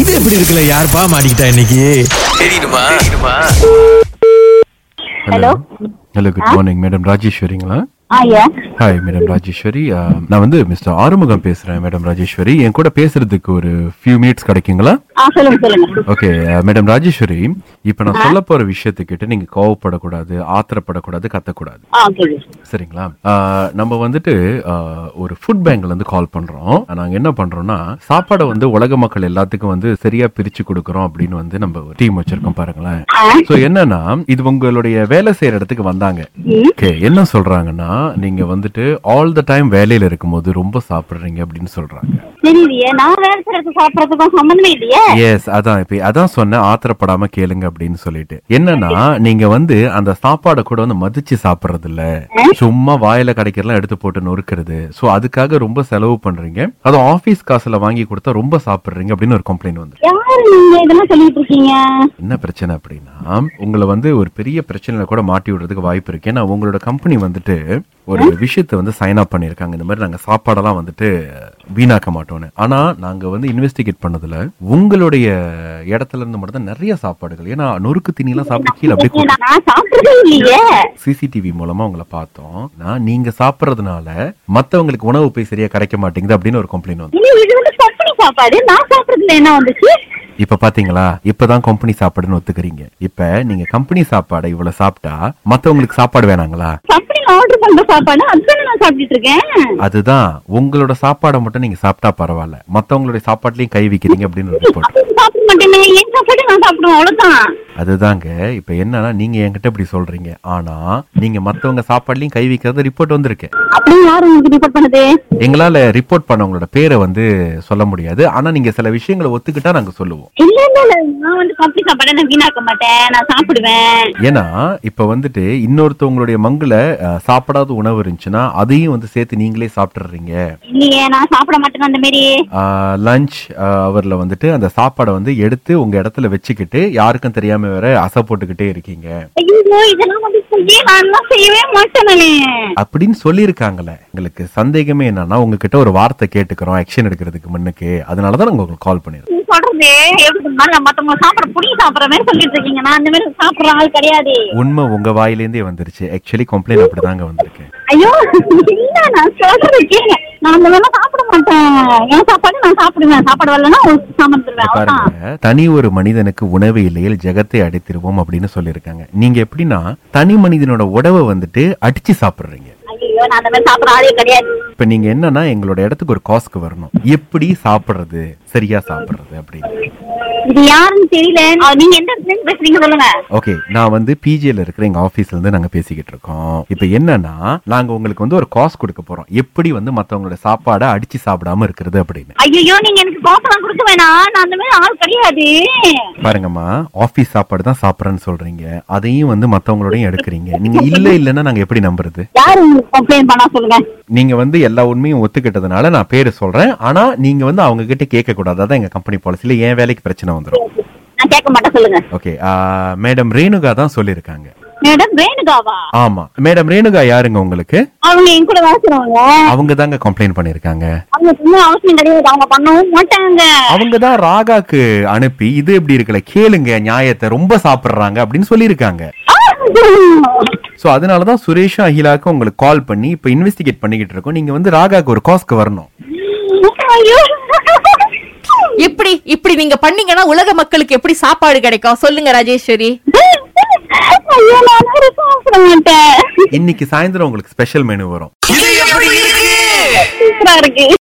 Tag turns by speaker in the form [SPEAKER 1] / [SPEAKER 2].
[SPEAKER 1] இது எப்படி இருக்குல்ல யாருப்பா மாட்டிக்கிட்டா இன்னைக்கு
[SPEAKER 2] hello
[SPEAKER 3] hello good morning madam ராஜேஸ்வரிங்களா
[SPEAKER 2] ஆ யா
[SPEAKER 3] ஹாய் மேடம் ராஜேஸ்வரி ஆ, Uh, நான் வந்து மிஸ்டர் ஆறுமுகம் பேசுறேன் மேடம் ராஜேஸ்வரி என் கூட பேசுறதுக்கு ஒரு ஃபியூ மினிட்ஸ் கிடைக்குங்களா uh,
[SPEAKER 2] ஆ சொல்லுங்க சொல்லுங்க
[SPEAKER 3] ஓகே மேடம் ராஜேஸ்வரி இப்போ நான் சொல்ல போற விஷயத்துக்கிட்ட நீங்க கோவப்படக்கூடாது ஆத்திரப்படக்கூடாது கத்தக்கூடாது
[SPEAKER 2] ஆ ஓகே
[SPEAKER 3] சரிங்களா ஆ, நம்ம வந்துட்டு ஆ, ஒரு ஃபுட் பேங்க்ல இருந்து கால் பண்றோம் நாங்க என்ன பண்றோம்னா சாப்பாடை வந்து உலக மக்கள் எல்லாத்துக்கும் வந்து சரியா பிரிச்சு கொடுக்கறோம் அப்படின்னு வந்து நம்ம டீம் வச்சிருக்கோம் பாருங்களேன் சோ என்னன்னா இது உங்களுடைய வேலை செய்யற இடத்துக்கு வந்தாங்க ஓகே என்ன சொல்றாங்கன்னா நீங்க வந்துட்டு ஆல் த டைம் வேலையில இருக்கும்போது ரொம்ப சாப்பிடுறீங்க அப்படின்னு சொல்றாங்க
[SPEAKER 2] தெரியலையே நான் வேலை செய்யறது சாப்பிடறதுக்கும் சம்மந்தமே இல்லையே
[SPEAKER 3] எஸ் அதான் இப்ப அதான் சொன்னேன் ஆத்திரப்படாம கேளுங்க அப்படின்னு சொல்லிட்டு என்னன்னா நீங்க வந்து அந்த சாப்பாடை கூட வந்து மதிச்சு சாப்பிடுறது இல்ல சும்மா வாயில கிடைக்கிறலாம் எடுத்து போட்டு நொறுக்கிறது சோ அதுக்காக ரொம்ப செலவு பண்றீங்க அதுவும் ஆபீஸ் காசுல வாங்கி கொடுத்தா ரொம்ப சாப்பிடுறீங்க அப்படின்னு ஒரு கம்ப்ளைண்ட் வந்து
[SPEAKER 2] யாரு நீங்க இதெல்லாம் சொல்லிட்டு இருக்கீங்க
[SPEAKER 3] என்ன பிரச்சனை அப்படின்னா உங்களை வந்து ஒரு பெரிய பிரச்சனையில கூட மாட்டி விடுறதுக்கு வாய்ப்பு இருக்கு ஏன்னா உங்களோட கம்பெனி வந்துட்டு ஒரு விஷயத்தை வந்து சைன் அப் பண்ணியிருக்காங்க இந்த மாதிரி நாங்க சாப்பாடெல்லாம் வந்துட்டு வீணாக்க மாட்டோம்னு ஆனா நாங்க வந்து இன்வெஸ்டிகேட் பண்ணதுல உங்களுடைய இடத்துல இருந்து மட்டும் தான் நிறைய சாப்பாடுகள் ஏன்னா நொறுக்கு தீனிலாம் சாப்பிட்டு கீழே அப்படியே
[SPEAKER 2] நான் நான் சாப்பிடறதே இல்லையே
[SPEAKER 3] சிசிடிவி மூலமா உங்களை பார்த்தோம் நான் நீங்க சாப்பிட்றதுனால மத்தவங்களுக்கு உணவு போய் சரியா கிடைக்க மாட்டேங்குது அப்படின்னு ஒரு கம்ப்ளைண்ட் வந்து
[SPEAKER 2] இது இது வந்து கம்பெனி சாப்பாடு நான் சாப்பிடறதுல என்ன வந்துச்சு
[SPEAKER 3] இப்ப பாத்தீங்களா இப்பதான் கம்பெனி சாப்பாடுன்னு ஒத்துக்கிறீங்க இப்ப நீங்க கம்பெனி சாப்பாடை இவ்வளவு சாப்பிட்டா மத்தவங்களுக்கு சாப்பாடு வேணாங்களா
[SPEAKER 2] கம்பெனில ஆர்டர் பண்ற சாப்பாடு அதுதானே நான் சாப்பிட்டுட்டு இருக்கேன்
[SPEAKER 3] அதுதான் உங்களோட சாப்பாடை மட்டும் நீங்க சாப்பிட்டா பரவாயில்ல மத்தவங்களுடைய சாப்பாட்டுலயும் கை வைக்கிறீங்க அப்படின்னு ஒரு ரிப்போர்ட்
[SPEAKER 2] அப்படி சாப்பிட மாட்டேனே என் சாப்பாடு நான் சாப்பிடுவேன் அவ்வளவுதான்
[SPEAKER 3] அதுதாங்க இப்ப என்னன்னா நீங்க என்கிட்ட இப்படி சொல்றீங்க ஆனா நீங்க மத்தவங்க சாப்பாடுலயும் கை வைக்கிறது ரிப்போர்ட் வந்திருக்கு
[SPEAKER 2] அப்படி யாரு உங்களுக்கு ரிப்போர்ட் பண்ணது
[SPEAKER 3] எங்களால ரிப்போர்ட் பண்ணவங்களோட பேரை வந்து சொல்ல முடியாது ஆனா நீங்க சில விஷயங்களை ஒத்துக்கிட்டா நாங்க சொல்லுவோம்
[SPEAKER 2] இல்ல இல்ல இல்ல நான் வந்து கம்பெனி சாப்பாடை நான் வீணாக்க மாட்டேன் நான் சாப்பிடுவேன்
[SPEAKER 3] ஏன்னா இப்ப வந்துட்டு இன்னொருத்தவங்களுடைய மங்குல அஹ், சாப்பிடாத உணவு இருந்துச்சுன்னா அதையும் வந்து சேர்த்து நீங்களே சாப்பிட்டுறீங்க
[SPEAKER 2] இல்லையே நான் சாப்பிட மாட்டேன் அந்த மாதிரி
[SPEAKER 3] லஞ்ச் அவர்ல வந்துட்டு அந்த சாப்பாடை வந்து எடுத்து உங்க இடத்துல வச்சுக்கிட்டு யாருக்கும் தெரியாம வேற அசை போட்டுக்கிட்டே இருக்கீங்க
[SPEAKER 2] ஐயோ இதெல்லாம் வந்து செய்ய நான் செய்யவே மாட்டேன் நானு
[SPEAKER 3] அப்படின்னு சொல்லியிருக்காங்களே எங்களுக்கு சந்தேகமே என்னன்னா உங்ககிட்ட ஒரு வார்த்தை கேட்டுக்கிறோம் ஆக்ஷன் எடுக்கிறதுக்கு முன்னுக்கு அதனாலதான் நாங்க உங்களுக்கு கால் பண்ணிருக்கோம்
[SPEAKER 2] நீ சொல்றது எப்படி இருந்தாலும் மத்தவங்க சாப்பிட புளி சாப்பிடுற மாதிரி சொல்லிட்டு இருக்கீங்க நான் அந்த மாதிரி சாப்பிடுற ஆள் கிடையாது
[SPEAKER 3] உண்மை உங்க வாயிலேருந்தே வந்துருச்சு ஆக்சுவலி கம்ப்ளைண்ட் அப்படிதாங்க வந்திருக்கு
[SPEAKER 2] ஐயோ இல்ல நான் சொல்றது கேங்க நான் அந்த மாதிரிலாம் சாப்பிட மாட்டேன் என் சாப்பாடு நான் சாப்பிடுவேன் சாப்பாடு வரலன்னா உங்களுக்கு சாப்பிடுவேன் அவ்வளவுதான்
[SPEAKER 3] பாருங்க தனி ஒரு மனிதனுக்கு உணவு இல்லையில் ஜெகத்தை அடித்திருவோம் அப்படின்னு சொல்லியிருக்காங்க நீங்க எப்படின்னா தனி மனிதனோட உடவை வந்துட்டு அடிச்சு சாப்பிடுறீங்க
[SPEAKER 2] ஐயோ நான் அந்த மாதிரி சாப்பிடுற ஆளே கிடையாது
[SPEAKER 3] இப்ப நீங்க என்னன்னா எங்களோட இடத்துக்கு ஒரு காஸ்க்கு வரணும் எப்படி சாப்பிடுறது சரியா சாப்பிடுறது அப்படின்னு
[SPEAKER 2] இது யாருன்னு தெரியல அஹ் நீங்க எந்த இடத்துல இருந்து பேசுறீங்க சொல்லுங்க
[SPEAKER 3] ஓகே நான் வந்து பிஜில இருக்கிற எங்க ஆபீஸ்ல இருந்து நாங்க பேசிக்கிட்டு இருக்கோம் இப்போ என்னன்னா நாங்க உங்களுக்கு வந்து ஒரு காஸ் கொடுக்க போறோம் எப்படி வந்து மத்தவங்களோட சாப்பாடை அடிச்சு சாப்பிடாம இருக்கிறது அப்படின்னு
[SPEAKER 2] ஐயோ நீங்க எனக்கு கோசலாம் கொடுக்க வேணாம் நான் அந்த மாதிரி ஆள் கிடையாது
[SPEAKER 3] பாருங்கம்மா ஆபீஸ் சாப்பாடு தான் சாப்பிட்றேன்னு சொல்றீங்க அதையும் வந்து மத்தவங்களோடையும் எடுக்கிறீங்க நீங்க இல்ல இல்லைன்னா நாங்க எப்படி நம்புறது
[SPEAKER 2] யாரு உங்களுக்கு கம்ப்ளைண்ட் பண்ணா சொல்லுங்க
[SPEAKER 3] நீங்க வந்து எல்லா உண்மையும் ஒத்துக்கிட்டதுனால நான் பேரு சொல்றேன் ஆனா நீங்க வந்து அவங்க கிட்ட கேட்க கூடாது அதான் எங்க கம்பெனி பாலிசியில என் வேலைக்கு பிரச்சனை வந்துடும்
[SPEAKER 2] நான் கேட்க மாட்டேன் சொல்லுங்க
[SPEAKER 3] ஓகே மேடம் ரேணுகா தான் சொல்லியிருக்காங்க
[SPEAKER 2] மேடம் வேணுகாவா
[SPEAKER 3] ஆமா மேடம் ரேணுகா யாருங்க உங்களுக்கு
[SPEAKER 2] அவங்க என் கூட வாசிக்கிறவங்க
[SPEAKER 3] அவங்க தாங்க கம்ப்ளைண்ட் பண்ணிருக்காங்க
[SPEAKER 2] அவங்க சும்மா அவசியம் கிடையாது அவங்க பண்ணவும் மாட்டாங்க
[SPEAKER 3] அவங்க தான் ராகாக்கு அனுப்பி இது எப்படி இருக்கல கேளுங்க நியாயத்தை ரொம்ப சாப்பிடுறாங்க அப்படின்னு சொல்லியிருக்காங்க சோ அதனால தான் சுரேஷும் அகிலாக்கும் உங்களுக்கு கால் பண்ணி இப்ப இன்வெஸ்டிகேட் பண்ணிக்கிட்டு இருக்கோம் நீங்க வந்து ராகாக்கு ஒரு காஸ்க்கு வரணும்
[SPEAKER 2] ஐயோ.
[SPEAKER 4] இப்படி இப்படி நீங்க பண்ணீங்கன்னா உலக மக்களுக்கு எப்படி சாப்பாடு கிடைக்கும் சொல்லுங்க ராஜேஸ்வரி
[SPEAKER 2] ஐயோ, நான் வேற சாப்பிட மாட்டேன்
[SPEAKER 3] இன்னைக்கு சாயந்தரம் உங்களுக்கு ஸ்பெஷல் மெனு வரும்
[SPEAKER 2] சூப்பரா இருக்கு